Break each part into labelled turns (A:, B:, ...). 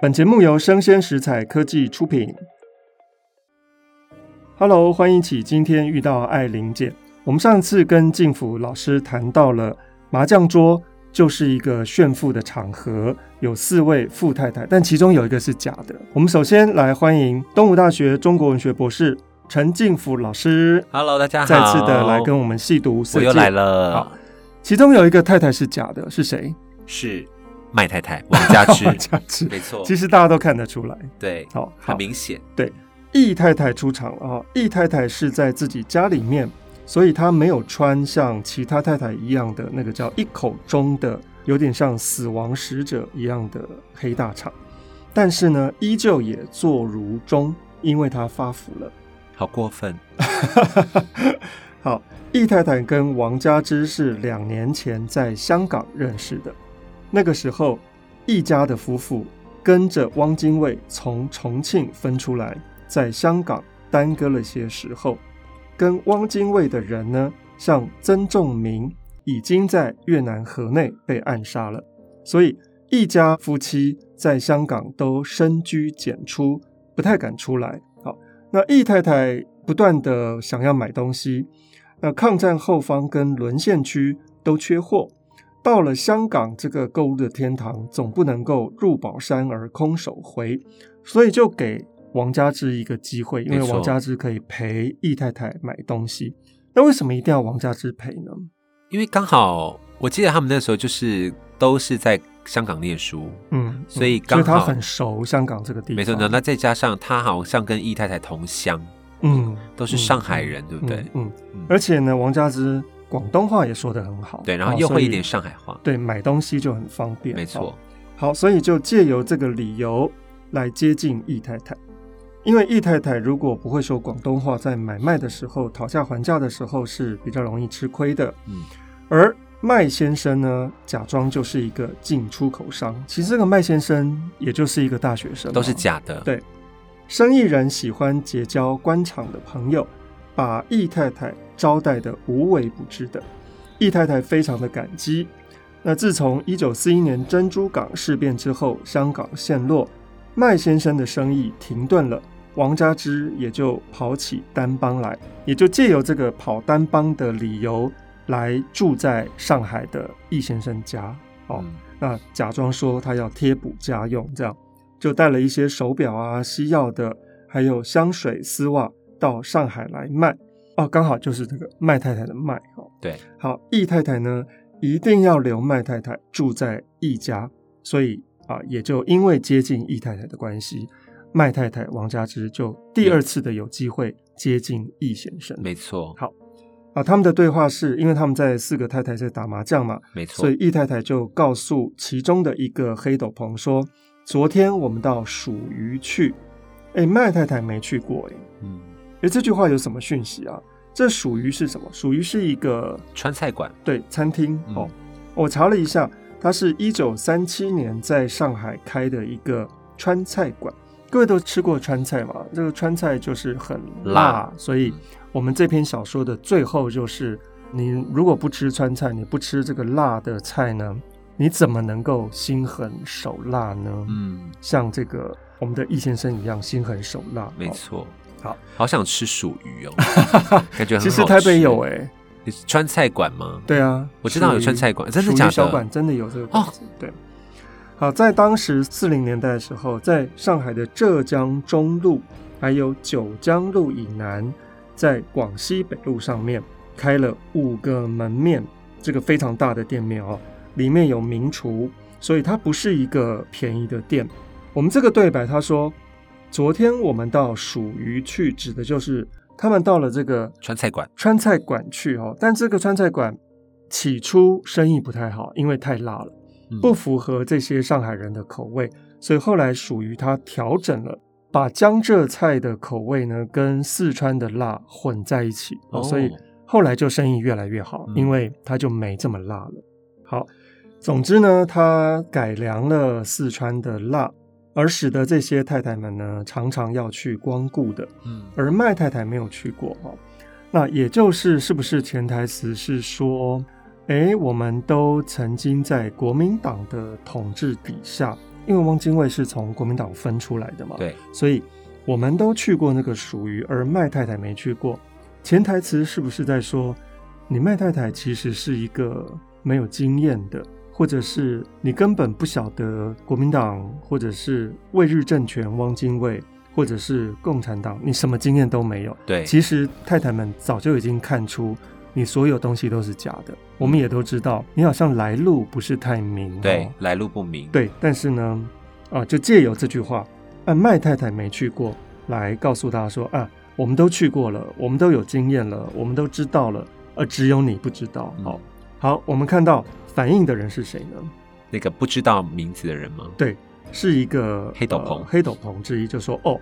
A: 本节目由生鲜食材科技出品。Hello，欢迎起今天遇到艾琳姐。我们上次跟静福老师谈到了麻将桌就是一个炫富的场合，有四位富太太，但其中有一个是假的。我们首先来欢迎东吴大学中国文学博士陈静福老师。
B: Hello，大家好，
A: 再次的来跟我们细读四
B: 我又
A: 界
B: 来了，
A: 好其中有一个太太是假的，是谁？
B: 是麦太太王佳 芝，
A: 王佳芝
B: 没错，
A: 其实大家都看得出来。
B: 对，
A: 好，好
B: 很明显，
A: 易太太出场了啊！易太太是在自己家里面，所以她没有穿像其他太太一样的那个叫一口钟的，有点像死亡使者一样的黑大氅，但是呢，依旧也坐如钟，因为她发福了。
B: 好过分，
A: 好，易太太跟王佳芝是两年前在香港认识的。那个时候，易家的夫妇跟着汪精卫从重庆分出来，在香港耽搁了些时候。跟汪精卫的人呢，像曾仲明，已经在越南河内被暗杀了。所以，易家夫妻在香港都深居简出，不太敢出来。好，那易太太不断的想要买东西，那抗战后方跟沦陷区都缺货，到了香港这个购物的天堂，总不能够入宝山而空手回，所以就给王家之一个机会，因为
B: 没错
A: 王家之可以陪易太太买东西。那为什么一定要王家之陪呢？
B: 因为刚好我记得他们那时候就是都是在香港念书，
A: 嗯，
B: 所以
A: 嗯所
B: 刚
A: 以他
B: 好
A: 很熟香港这个地方，
B: 没错呢，那再加上他好像跟易太太同乡，
A: 嗯，
B: 都是
A: 嗯
B: 上海人，对不对？
A: 嗯，嗯
B: 嗯
A: 而且呢，王家之广东话也说得很好，
B: 对，然后
A: 啊
B: 又
A: 所
B: 会
A: 以
B: 一点上海话，
A: 对，买东西就很方便。
B: 没
A: 哦
B: 错，
A: 好，所以就借由这个理由来接近易太太，因为易太太如果不会说广东话，在买卖的时候讨价还价的时候是比较容易吃亏的。
B: 嗯，
A: 而麦先生呢，假装就是一个进出口商，其实这个麦先生也就是一个大学生嘛，啊
B: 都是假的，
A: 哦对生意人喜欢结交官场的朋友，把易太太招待的无微不至的。易太太非常的感激。那自从一九四一年珍珠港事变之后，香港陷落，麦先生的生意停顿了，王家之也就跑起单帮来，也就借由这个跑单帮的理由来住在上海的易先生家。哦，
B: 嗯，
A: 那假装说他要贴补家用，这样就带了一些手表啊、西药的，还有香水、丝袜到上海来卖。哦，刚好就是这个麦太太的麦哦。
B: 对，
A: 好，易太太呢一定要留麦太太住在易家，所以啊，也就因为接近易太太的关系，麦太太王家之就第二次的有机会接近易先生。
B: 没错，
A: 好啊，他们的对话是因为他们在四个太太在打麻将嘛，
B: 没
A: 所
B: 错
A: 以，易太太就告诉其中的一个黑斗篷说：“昨天我们到蜀鱼去，哎，麦太太没去过，哎，
B: 嗯，
A: 哎，这句话有什么讯息啊？这蜀鱼是什么？蜀鱼是一个
B: 川菜馆，
A: 对餐厅
B: 嗯
A: 哦，我查了一下，它是一九三七年在上海开的一个川菜馆。各位都吃过川菜嘛？这个川菜就是很辣
B: 辣
A: 所以
B: 嗯
A: 我们这篇小说的最后就是，你如果不吃川菜，你不吃这个辣的菜呢，你怎么能够心狠手辣呢？
B: 嗯，
A: 像这个我们的易先生一样心狠手辣，
B: 没
A: 哦。
B: 错，
A: 好，
B: 好想吃鼠 鱼哦，感觉很好
A: 其实台北
B: 吃
A: 有哎、
B: 你是川菜馆吗？
A: 对啊，
B: 我知道有
A: 属于
B: 川菜馆真的
A: 属于
B: 假的哦
A: 小馆真的有这个馆子，对。好，在当时四零年代的时候，在上海的浙江中路，还有九江路以南，在广西北路上面开了五个门面，这个非常大的店面哦，里面有名厨，所以它不是一个便宜的店。我们这个对白，他说：“昨天我们到蜀鱼去，指的就是他们到了这个
B: 川菜馆，
A: 川菜馆去哦，但这个川菜馆起初生意不太好，因为太辣了，
B: 嗯
A: 不符合这些上海人的口味，所以后来属于他调整了，把江浙菜的口味呢跟四川的辣混在一起，哦、
B: 哦
A: 所以后来就生意越来越好，
B: 嗯
A: 因为他就没这么辣了。好，总之呢，他改良了四川的辣，而使得这些太太们呢常常要去光顾的。
B: 嗯，
A: 而麦太太没有去过哦。那也就是是不是潜台词是说，诶，我们都曾经在国民党的统治底下因为汪精卫是从国民党分出来的嘛，
B: 对，
A: 所以我们都去过那个属于，而麦太太没去过。潜台词是不是在说，你麦太太其实是一个没有经验的，或者是你根本不晓得国民党，或者是卫日政权汪精卫，或者是共产党，你什么经验都没有？
B: 对，
A: 其实太太们早就已经看出你所有东西都是假的，我们也都知道你好像来路不是太明、哦。
B: 对来路不明，，
A: 对，但是呢，啊，就借由这句话，啊，麦太太没去过，来告诉大家说啊，我们都去过了，我们都有经验了，我们都知道了，而只有你不知道。
B: 嗯
A: 好，好，我们看到反应的人是谁呢？
B: 那个不知道名字的人吗？
A: 是一个
B: 黑斗篷
A: 呃黑斗篷之一，就说哦，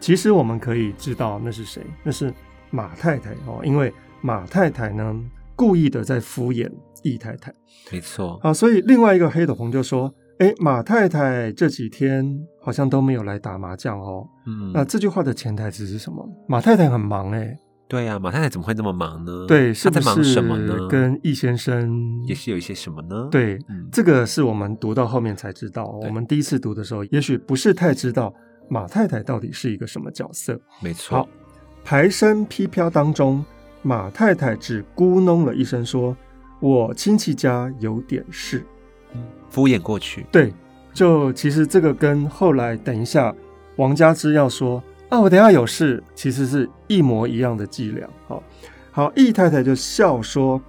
A: 其实我们可以知道那是谁，那是马太太哦，因为马太太呢故意的在敷衍易太太。
B: 没错，
A: 啊，所以另外一个黑斗篷就说：“哎，马太太这几天好像都没有来打麻将哦。
B: 嗯，
A: 那这句话的潜台词是什么？马太太很忙哎、
B: 对呀、马太太怎么会那么忙呢？
A: 对，是
B: 呃她
A: 不
B: 在忙
A: 是
B: 什么呢？
A: 跟易先生
B: 也是有一些什么呢？，
A: 对，
B: 嗯，
A: 这个是我们读到后面才知道哦。
B: 对
A: 我们第一次读的时候，也许不是太知道马太太到底是一个什么角色。
B: 没错
A: 好，排山劈飘当中，马太太只咕哝了一声说：‘我亲戚家有点事。’
B: 敷衍过去，
A: 对，就其实这个跟后来等一下王家之要说啊，我等一下有事，其实是一模一样的伎俩。好，好，易太太就笑说，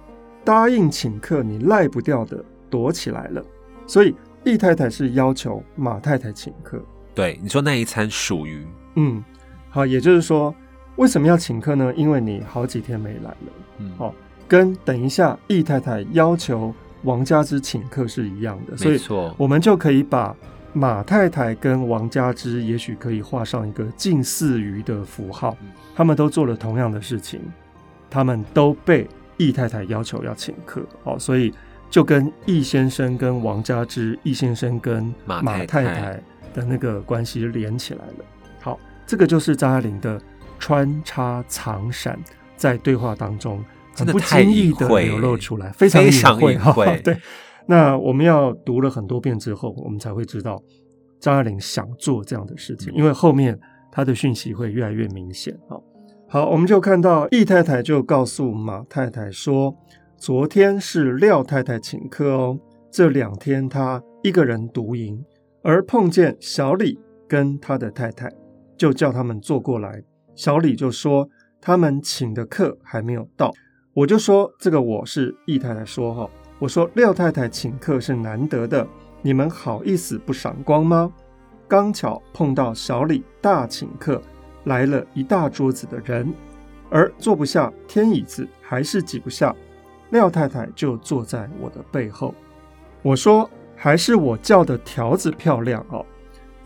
A: 答应请客你赖不掉的，躲起来了。所以易太太是要求马太太请客。
B: 对，你说那一餐属于
A: 嗯，好，也就是说，为什么要请客呢？因为你好几天没来了。
B: 嗯，
A: 好跟等一下易太太要求王家之请客是一样的，所
B: 没
A: 以
B: 错，
A: 我们就可以把马太太跟王佳芝，也许可以画上一个近似于的符号
B: 嗯。
A: 他们都做了同样的事情，他们都被易太太要求要请客。哦，所以就跟易先生跟王佳芝、易先生跟
B: 马
A: 马
B: 太
A: 太
B: 太
A: 太的那个关系连起来了。好，这个就是张爱玲的穿插藏闪，在对话当中很
B: 真的
A: 不
B: 太
A: 经意
B: 隐
A: 的
B: 晦
A: 流露出来，非常
B: 非
A: 隐
B: 常
A: 晦
B: 隐
A: 哈
B: 晦
A: 对，那我们要读了很多遍之后，我们才会知道张爱玲想做这样的事情，
B: 嗯
A: 因为后面她的讯息会越来越明显啊。好，我们就看到易太太就告诉马太太说，昨天是廖太太请客哦，这两天她一个人独饮，而碰见小李跟他的太太，就叫他们坐过来。小李就说他们请的客还没有到，我就说这个我是易太太说哈，我说廖太太请客是难得的，你们好意思不赏光吗？刚巧碰到小李大请客，来了一大桌子的人，而坐不下，天椅子还是挤不下，廖太太就坐在我的背后。我说还是我叫的条子漂亮哦。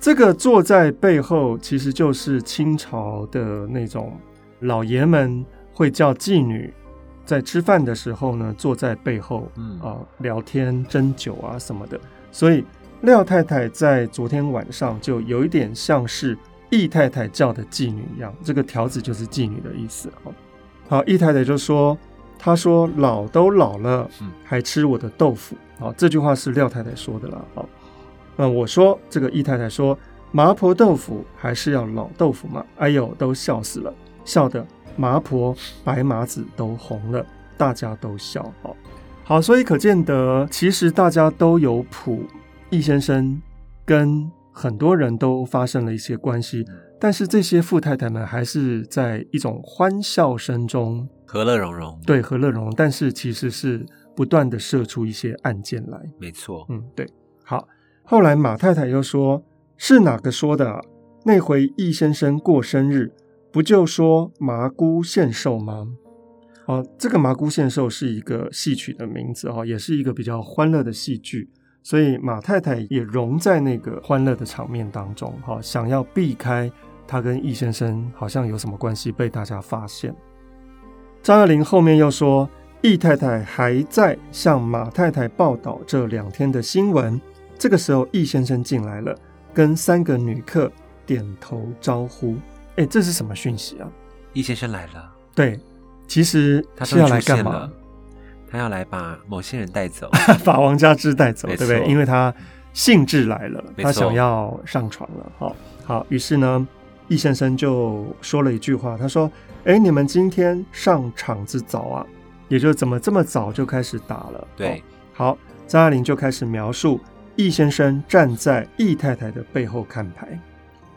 A: 这个坐在背后，其实就是清朝的那种老爷们会叫妓女，在吃饭的时候呢，坐在背后
B: 嗯
A: 啊、聊天、斟酒啊什么的。所以廖太太在昨天晚上就有一点像是易太太叫的妓女一样，这个条子就是妓女的意思哦。好，易太太就说：“她说老都老了
B: 嗯，
A: 还吃我的豆腐。”好，这句话是廖太太说的啦。好，那我说这个易太太说麻婆豆腐还是要老豆腐嘛，哎呦，都笑死了，笑得麻婆白麻子都红了，大家都笑。好，好，所以可见得，其实大家都有谱，易先生跟很多人都发生了一些关系，但是这些富太太们还是在一种欢笑声中
B: 和乐融融，，
A: 对和乐融融，但是其实是不断的射出一些案件来。
B: 没错，
A: 嗯，对。好，后来马太太又说：“是哪个说的、啊？那回易先生过生日，不就说麻姑献寿吗？”哦，这个麻姑献寿是一个戏曲的名字哦，也是一个比较欢乐的戏剧，所以马太太也融在那个欢乐的场面当中哈、哦，想要避开她跟易先生好像有什么关系被大家发现。张爱玲后面又说，易太太还在向马太太报道这两天的新闻。这个时候，易先生进来了，跟三个女客点头招呼。哎，这是什么讯息啊？
B: 易先生来了，
A: 对，其实
B: 他
A: 是
B: 终于
A: 要来
B: 出
A: 干
B: 现
A: 嘛
B: 了？，他要来把某些人带走，
A: 把王家之带走，
B: 没
A: 对不对？
B: 错
A: 因为他兴致来了，
B: 没
A: 他
B: 错
A: 想要上床了。好，好，于是呢，易先生就说了一句话，他说：“哎，你们今天上场子早啊，也就是怎么这么早就开始打了？”
B: 对
A: 哦好，张爱玲就开始描述易先生站在易太太的背后看牌。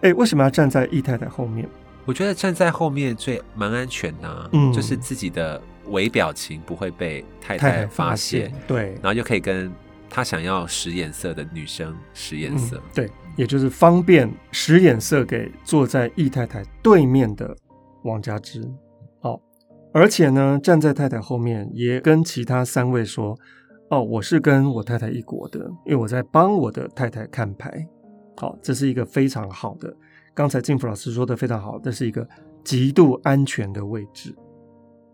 A: 哎，为什么要站在易太太后面？
B: 我觉得站在后面最蛮安全的、啊，
A: 嗯
B: 就是自己的微表情不会被太
A: 太
B: 太发
A: 现
B: 现，，
A: 对
B: 然，后又可以跟她想要使眼色的女生使眼色。
A: 嗯，对，也就是方便使眼色给坐在易太太对面的王佳芝。哦，而且呢，站在太太后面也跟其他三位说：“哦，我是跟我太太一国的，因为我在帮我的太太看牌。”好，这是一个非常好的。刚才静福老师说的非常好，这是一个极度安全的位置。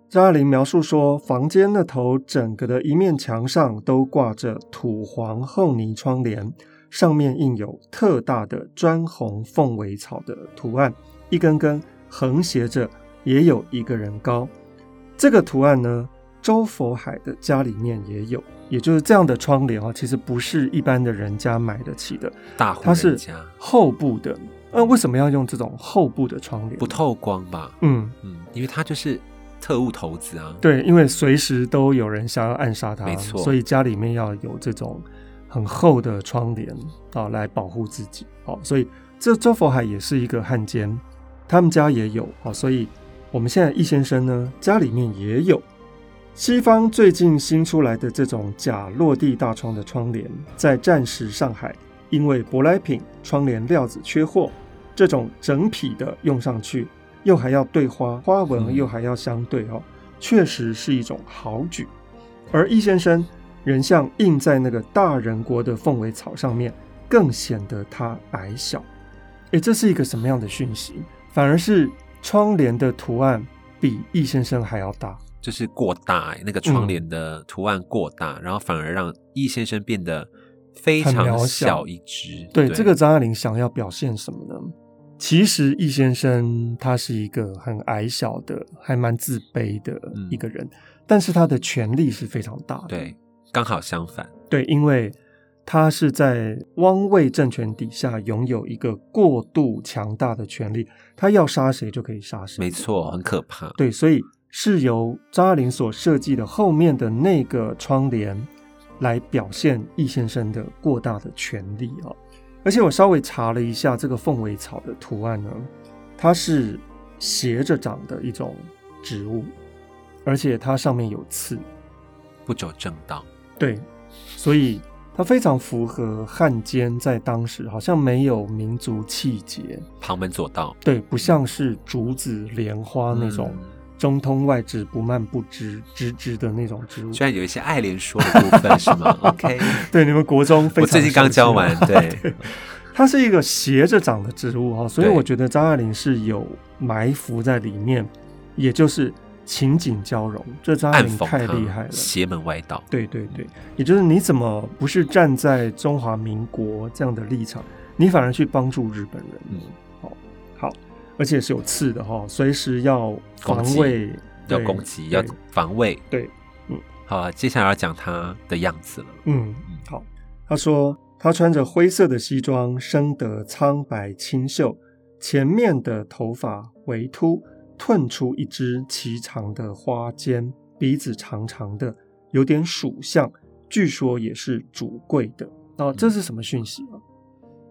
A: 张爱玲描述说，房间那头整个的一面墙上都挂着土黄厚泥窗帘，上面印有特大的砖红凤尾草的图案，一根根横斜着，也有一个人高。这个图案呢，周佛海的家里面也有，也就是这样的窗帘啊，其实不是一般的人家买得起的，
B: 大户
A: 它
B: 人
A: 是
B: 家
A: 厚布的。那、为什么要用这种厚布的窗帘？
B: 不透光吧？
A: 嗯，
B: 嗯，因为他就是特务头子啊。
A: 对，因为随时都有人想要暗杀他，
B: 没错
A: 所以家里面要有这种很厚的窗帘啊、来保护自己。哦，所以这周佛海也是一个汉奸，他们家也有哦，所以我们现在易先生呢，家里面也有。西方最近新出来的这种假落地大窗的窗帘，在战时上海，因为舶来品窗帘料子缺货，这种整匹的用上去，又还要对花花纹，
B: 嗯
A: 又还要相对哦，确实是一种好举。而易先生人像印在那个大人国的凤尾草上面，更显得他矮小。诶，这是一个什么样的讯息？反而是窗帘的图案比易先生还要大。
B: 就是过大、欸，那个窗帘的图案过大，然后反而让易先生变得非
A: 嗯很
B: 常
A: 渺小
B: 小一只。
A: 对这个张爱玲想要表现什么呢？其实易先生他是一个很矮小的，还蛮自卑的
B: 嗯
A: 一个人，但是他的权力是非常大的。
B: 对，刚好相反，
A: 对，因为他是在汪伪政权底下拥有一个过度强大的权力，他要杀谁就可以杀谁。
B: 没错，很可怕。
A: 对，所以是由张爱玲所设计的后面的那个窗帘来表现易先生的过大的权力哦。而且我稍微查了一下这个凤尾草的图案呢，它是斜着长的一种植物，而且它上面有刺，
B: 不走正道，
A: 对，所以它非常符合汉奸在当时好像没有民族气节，
B: 旁门左道
A: 对，不像是竹子、莲花那种
B: 嗯
A: 中通外直、不蔓不枝、枝枝的那种植物。
B: 虽然有一些爱莲说的部分是 吗？OK，
A: 对，你们国中非常
B: 我最近刚
A: 熟悉，
B: 教完对，
A: 它是一个斜着长的植物哈，所以
B: 对
A: 我觉得张爱玲是有埋伏在里面，也就是情景交融。这张爱
B: 暗
A: 玲
B: 讽
A: 太厉
B: 他
A: 害了，
B: 邪门歪道，
A: 对对对，也就是你怎么不是站在中华民国这样的立场，你反而去帮助日本人？
B: 嗯
A: 好，好，而且是有刺的哈、随时要防卫，
B: 要
A: 对
B: 攻击，要
A: 对
B: 防卫。
A: 对，嗯，
B: 好啊，接下来要讲他的样子了。
A: 嗯，好。他说他穿着灰色的西装，生得苍白清秀，前面的头发微秃，褪出一只齐长的花尖，鼻子长长的，有点属相，据说也是主贵的。哦，这是什么讯息啊？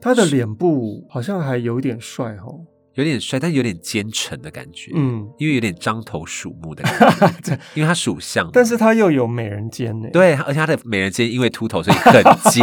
A: 他的脸部好像还有点帅哦。
B: 有点帅，但有点奸臣的感觉，
A: 嗯，
B: 因为有点獐头鼠目的感觉，
A: 这
B: 因为他属相嘛，
A: 但是他又有美人尖呢。
B: 对，而且他的美人尖因为秃头所以很 尖，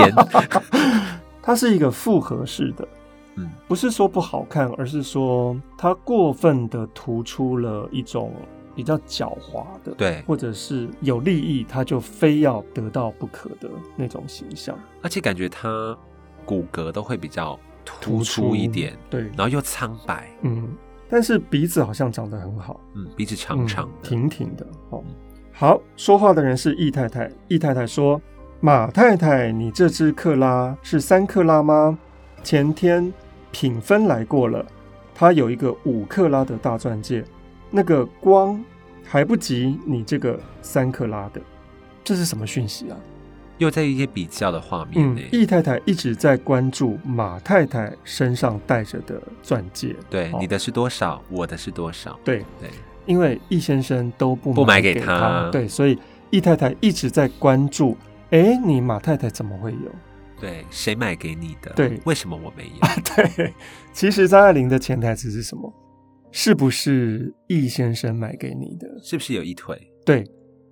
A: 它是一个复合式的，
B: 嗯，
A: 不是说不好看，而是说它过分的突出了一种比较狡猾的，，
B: 对，
A: 或者是有利益他就非要得到不可的那种形象，
B: 而且感觉他骨骼都会比较突出一点，
A: 对，
B: 然后又苍白，
A: 嗯，但是鼻子好像长得很好，
B: 嗯，鼻子长长
A: 嗯
B: 的，
A: 挺挺的。哦，好，说话的人是易太太。易太太说：“马太太，你这只克拉是三克拉吗？前天品分来过了，它有一个五克拉的大钻戒，那个光还不及你这个三克拉的。”这是什么讯息啊？
B: 又在一些比较的画面
A: 嗯
B: 呢，。
A: 易太太一直在关注马太太身上戴着的钻戒，
B: 对，
A: 哦
B: 你的是多少，我的是多少？
A: 对，
B: 对，
A: 因为易先生都不
B: 不买
A: 给
B: 给
A: 他
B: 他
A: 对，所以易太太一直在关注，哎，你马太太怎么会有？
B: 对，谁买给你的？
A: 对
B: 为什么我没有？
A: 对，其实张爱玲的潜台词是什么？是不是易先生买给你的？
B: 是不是有一腿？
A: 对，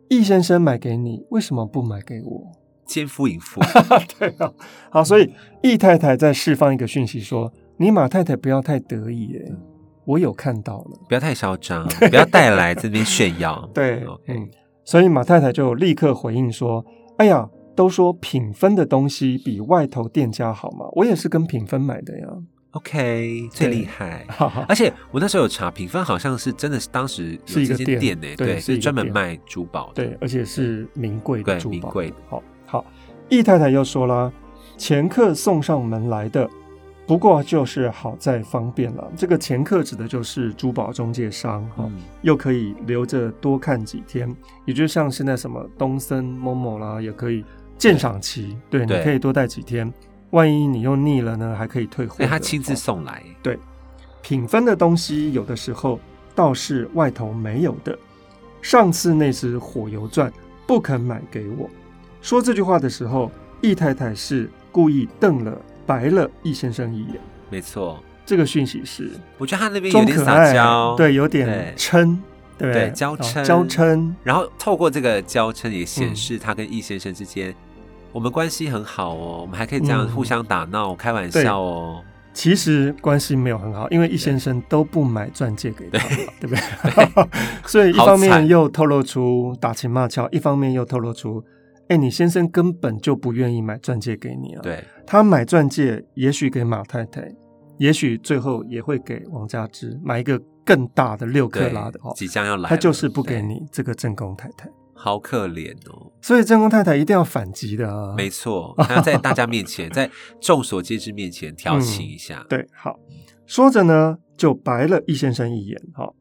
A: 易先生买给你，为什么不买给我？
B: 奸夫淫妇，
A: 对啊，好，所以易太太在释放一个讯息说：“你马太太不要太得意、耶，
B: 嗯
A: 我有看到了。
B: 不要太嚣张， 不要带来这边炫耀”。
A: 对
B: ，OK，
A: 嗯，所以马太太就立刻回应说：“哎呀，都说品分的东西比外头店家好嘛，我也是跟品分买的呀。哎
B: OK，最厉害。
A: 哈 哈
B: 而且我那时候有查，评分好像是真的是当时有
A: 是一个
B: 这间
A: 店
B: 店呢、
A: 对
B: 对，
A: 是一
B: 是
A: 个
B: 专门
A: 店
B: 卖珠宝的，
A: 对，而且是名贵的
B: 对
A: 珠
B: 名
A: 宝。
B: 贵的
A: 好好，易太太又说啦，前客送上门来的，不过就是好在方便了。这个前客指的就是珠宝中介商哈、
B: 嗯，
A: 又可以留着多看几天，也就像现在什么东森、某某啦，也可以鉴赏期，对，
B: 对
A: 你可以多待几天。万一你又腻了呢，还可以退货
B: 所
A: 的。
B: 以他亲自
A: 哦
B: 送来，
A: 品分的东西，有的时候倒是外头没有的。上次那只火油钻不肯买给我。说这句话的时候，易太太是故意瞪了白了易先生一眼。
B: 没错。
A: 这个讯息是
B: 我觉得他那边有
A: 装
B: 点
A: 可
B: 撒
A: 爱，
B: 娇，
A: 对，有点
B: 对
A: 嗔，对不哦
B: 对娇嗔
A: 娇嗔，
B: 然后透过这个交嗔，也
A: 嗯
B: 显示他跟易先生之间，我们关系很好哦，我们还可以这样
A: 嗯
B: 互相打闹、开玩笑哦。
A: 其实关系没有很好，因为易先生都不买钻戒给他嘛，对不 对？所以一方
B: 好
A: 面
B: 惨
A: 又透露出打情骂俏，一方面又透露出，哎，你先生根本就不愿意买钻戒给你啊。，
B: 对，
A: 他买钻戒也许给马太太，也许最后也会给王佳芝买一个更大的六克
B: 对
A: 拉的哦，
B: 即将要来了，
A: 他就是不给，
B: 对
A: 你这个正宫太太，
B: 好可怜哦。
A: 所以正宫太太一定要反击的啊。
B: 没错，他要在大家面前，在众所皆知面前调情一下。
A: 嗯对，好，说着呢，就白了易先生一眼。好、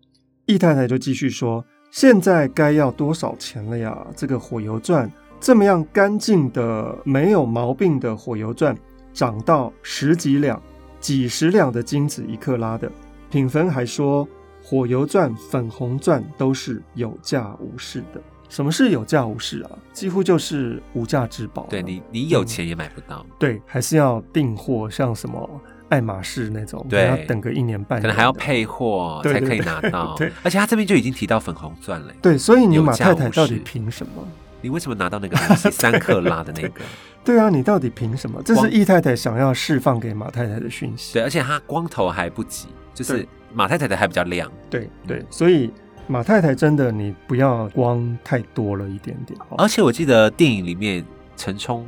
A: 易太太就继续说：“现在该要多少钱了呀？这个火油钻这么样干净的、没有毛病的火油钻，涨到十几两、几十两的金子一克拉的。品芬还说，火油钻、粉红钻都是有价无市的。什么是有价无市啊？几乎就是无价之宝了。
B: 对你，你有钱也买不到，
A: 对，还是要订货，像什么爱马仕那种，
B: 对
A: 要等个一年半年，
B: 可能还要。配货
A: 嗯对
B: 才
A: 对
B: 可以
A: 对
B: 拿 到
A: 对。
B: 而且他这边就已经提到粉红钻了，
A: 对，所以你
B: 有
A: 马
B: 价
A: 太
B: 无
A: 太到底
B: 市
A: 凭什么？
B: 你为什么拿到那个东西三克拉的那个？
A: 对啊，你到底凭什么？这是
B: 光
A: 易太太想要释放给马太太的讯息
B: 对，。而且他光头还不及，就是
A: 对
B: 马太太的还比较亮。
A: 对对，所以马太太真的，你不要光太多了一点点。哦
B: 而且我记得电影里面陈冲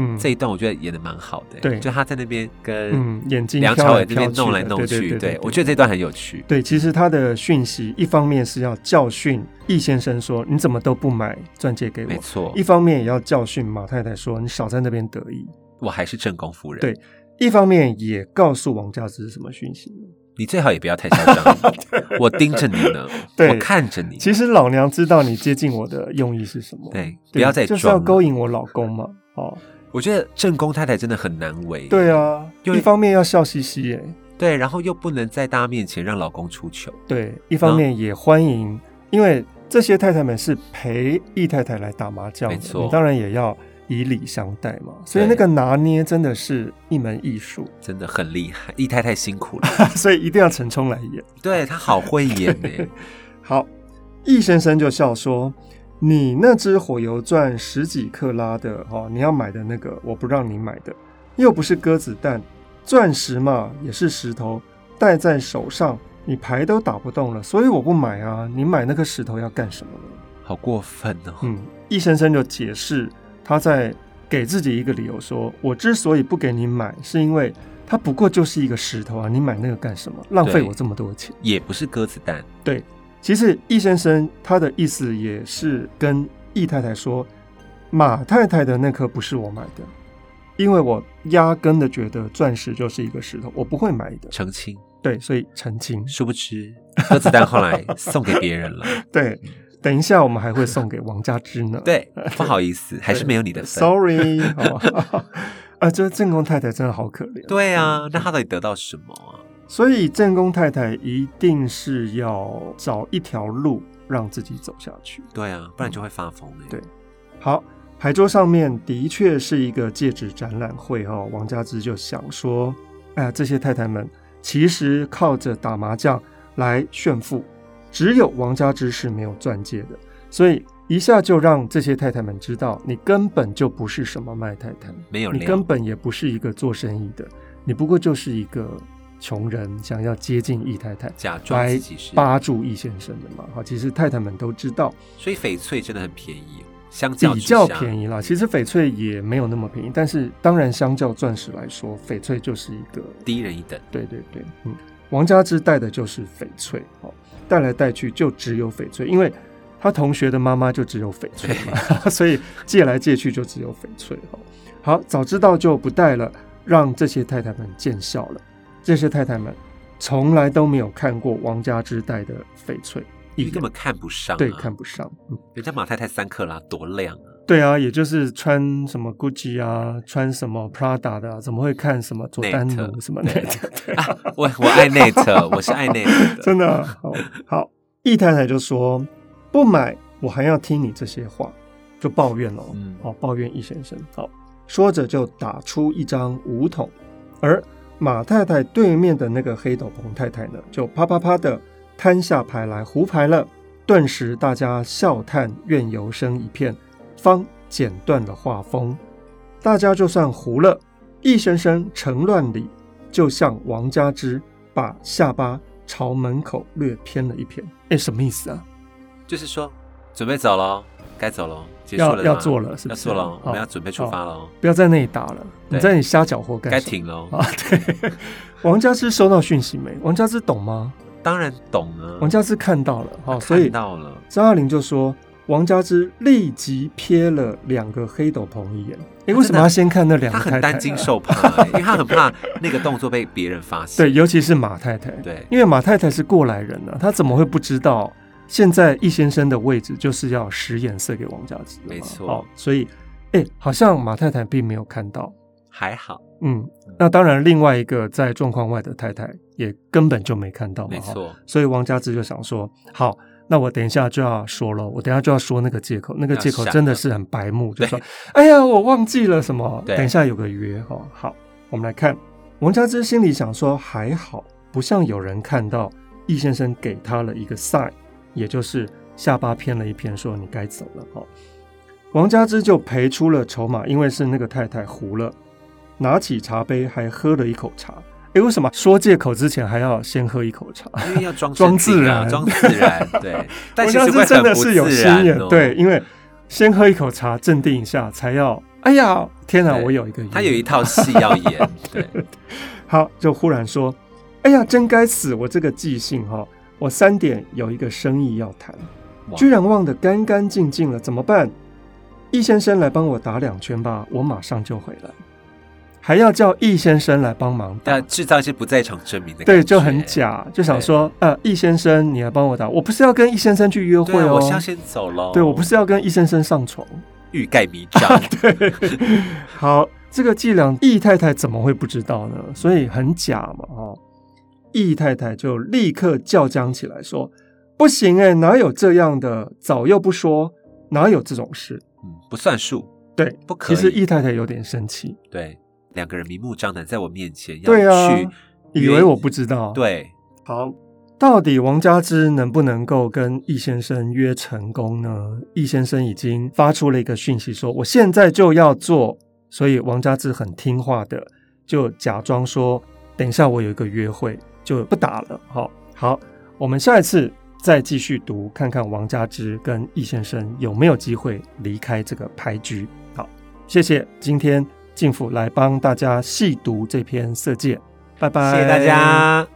A: 嗯，
B: 这一段，我觉得演的蛮好的、欸
A: 对
B: 就他在那边跟
A: 嗯眼睛
B: 梁
A: 飘
B: 朝
A: 来
B: 伟这边
A: 飘去
B: 弄来
A: 的
B: 弄
A: 对对
B: 去，
A: 对对
B: 对
A: 对
B: 我觉得这段很有趣。
A: 对，其实他的讯息一方面是要教训易先生说你怎么都不买钻戒给我
B: 没，错
A: 一，方面也要教训马太太说你少在那边得意。
B: 我还是正宫夫人。
A: 对一方面也告诉王家之是什么讯息。
B: 你最好也不要太嚣 张，我盯着你呢，
A: 对
B: 我看着你，
A: 其实老娘知道你接近我的用意是什么，
B: 对，不要再
A: 就是要
B: 装
A: 勾
B: 了。
A: 引我老公嘛。哦，
B: 我觉得正宫太太真的很难为，
A: 对啊，
B: 因
A: 一
B: 为
A: 方面要笑嘻嘻耶，
B: 对，然后又不能在大家面前让老公出糗，
A: 对，一方面也欢迎，因为这些太太们是陪易太太来打麻将的，
B: 没错
A: 你当然也要以礼相待嘛。所以
B: 对
A: 那个拿捏真的是一门艺术，
B: 真的很厉害，易太太辛苦了，
A: 所以一定要陈冲来演。
B: 对她好会演欸呢、
A: 好，易先生就笑说：“你那只火油钻十几克拉的哦，你要买的那个，我不让你买的，又不是鸽子蛋，钻石嘛也是石头，戴在手上你牌都打不动了，所以我不买啊。你买那个石头要干什么呢？”
B: 好过分哦。
A: 嗯，易先生就解释他在给自己一个理由说我之所以不给你买，是因为它不过就是一个石头啊，你买那个干什么？浪费
B: 对
A: 我这么多钱。
B: 也不是鸽子蛋，
A: 其实易先生他的意思也是跟易太太说，马太太的那颗不是我买的，因为我压根的觉得钻石就是一个石头，我不会买的。
B: 澄清。
A: 对，所以澄清。
B: 殊不知鸽子蛋后来送给别人了。
A: 对，等一下我们还会送给王家之呢。
B: 对，不好意思，还是没有你的份。
A: ，sorry，好 啊，这正宫太太真的好可怜。嗯
B: 对啊，那他到底得到什么啊？
A: 所以正宫太太一定是要找一条路让自己走下去。
B: 对啊，不然就会发疯哎、
A: 对好，牌桌上面的确是一个戒指展览会哈、哦，王家之就想说，哎呀，这些太太们其实靠着打麻将来炫富，只有王家之是没有钻戒的，所以一下就让这些太太们知道，你根本就不是什么卖太太，
B: 没有
A: 你
B: 料
A: 根本也不是一个做生意的，你不过就是一个穷人，想要接近易太太。
B: 假装
A: 来
B: 自己是，
A: 扒住易先生的嘛，哈，其实太太们都知道，
B: 所以翡翠真的很便宜，哦相较
A: 比较便
B: 宜。
A: 宜啦。其实翡翠也没有那么便宜，但是当然相较钻石来说，翡翠就是一个
B: 低人一等，
A: 对对对，嗯，王家之带的就是翡翠，哦，带来带去就只有翡翠，因为他同学的妈妈就只有翡翠嘛， 所以借来借去就只有翡翠，哦，好，早知道就不带了，让这些太太们见笑了。这些太太们从来都没有看过王家之带的翡翠，
B: 因为根本看不上、啊。
A: 对看不上，嗯。
B: 人家马太太三克拉多亮啊！
A: 对啊，也就是穿什么 GUCCI 啊，穿什么 Prada 的、啊，怎么会看什么佐丹奴
B: Net
A: 什么
B: 对
A: Net？对
B: 啊我 我爱 Nate，我是 爱 Nate 的，
A: 真的啊好好。易太太就说：“不买，我还要听你这些话。”就抱怨了哦，
B: 嗯
A: 哦，抱怨易先生。好，说着就打出一张五筒，而马太太对面的那个黑斗篷太太呢，就啪啪啪的摊下牌来胡牌了。顿时大家笑叹怨尤声一片，方剪断了画风。大家就算胡了，易先生乘乱里就向王家之把下巴朝门口略偏了一偏。哎，什么意思啊？
B: 就是说准备走喽，该走喽，结束
A: 要
B: 了吗
A: 要做了是不
B: 要
A: 是
B: 做喽
A: 好，
B: 我们要准备出发喽，
A: 不要在那里打了，你
B: 对
A: 在那里瞎搅和干
B: 该
A: 什么？
B: 停喽。
A: 啊，对。 王家之收到讯息没？王家之懂吗？
B: 当然懂啊，
A: 王家之看到了，
B: 他
A: 好、哦所以
B: 看到了，
A: 张爱玲就说。王家之立即瞥了两个黑斗篷一眼，哎，为什么要先看那两
B: 他
A: 个太太
B: 很
A: 啊？
B: 担惊受 怕、欸，因为他很怕那个动作被别人发现。
A: 对，尤其是马太太，
B: 对
A: 因为马太太是过来人呢、啊，她怎么会不知道现在易先生的位置就是要使眼色给王家之的嘛？
B: 没错
A: 好所以哎、好像马太太并没有看到。
B: 还好，
A: 嗯，那当然，另外一个在状况外的太太也根本就没看到嘛，
B: 没
A: 哈。
B: 错，
A: 所以王家之就想说，好，那我等一下就要说了，我等一下就要说那个借口，那个借口
B: 要闪
A: 真的是很白目，就说，哎呀，我忘记了什么，
B: 对
A: 等一下有个约哦。好，我们来看，王家之心里想说，还好，不像有人看到易先生给他了一个 sign，也就是下巴偏了一偏，说你该走了哦。王家之就赔出了筹码，因为是那个太太糊了，拿起茶杯还喝了一口茶。诶，为什么说借口之前还要先喝一口茶？
B: 因为要装
A: 装
B: 镇定啊
A: 自然
B: 装自然， 对。但
A: 我
B: 其实
A: 上次
B: 会
A: 真
B: 很
A: 的
B: 不
A: 是有
B: 自
A: 心
B: 然
A: 眼，
B: 哦
A: 对，因为先喝一口茶镇定一下，才要。哎呀，天哪！
B: 对
A: 我有一个疑问，
B: 他有一套戏 要演，对，
A: 好，就忽然说：“哎呀，真该死！我这个记性哈、我三点有一个生意要谈，
B: 哇
A: 居然忘得干干净净了，怎么办？易先生来帮我打两圈吧，我马上就回来。还要叫易先生来帮忙打
B: 要，制造一些不在场证明的感觉，
A: 对，就很假，就想
B: 对
A: 说，呃，易先生，你来帮我打，我不是要跟易先生去约
B: 对
A: 会
B: 啊。
A: 哦，
B: 我是要先哦走喽，
A: 对我不是要跟易先生上床。”
B: 欲盖弥 彰，
A: 好，这个伎俩易太太怎么会不知道呢？所以很假嘛，哦。易太太就立刻叫僵起来说：“不行哎、哪有这样的？早又不说，哪有这种事
B: 嗯，不算数，？”
A: 对，
B: 不可
A: 其
B: 以。
A: 实易太太有点生气，
B: 对两个人明目张胆在我面前要
A: 对啊
B: 去，
A: 以
B: 原
A: 为
B: 因
A: 我不知道。，
B: 对，
A: 好，到底王家之能不能够跟易先生约成功呢？易先生已经发出了一个讯息说，我现在就要做，所以王家之很听话的，就假装说等一下我有一个约会，就不打了。好，好，我们下一次再继续读，看看王家之跟易先生有没有机会离开这个牌局。好，谢谢今天静府来帮大家细读这篇《色戒》，拜拜，
B: 谢谢大。家。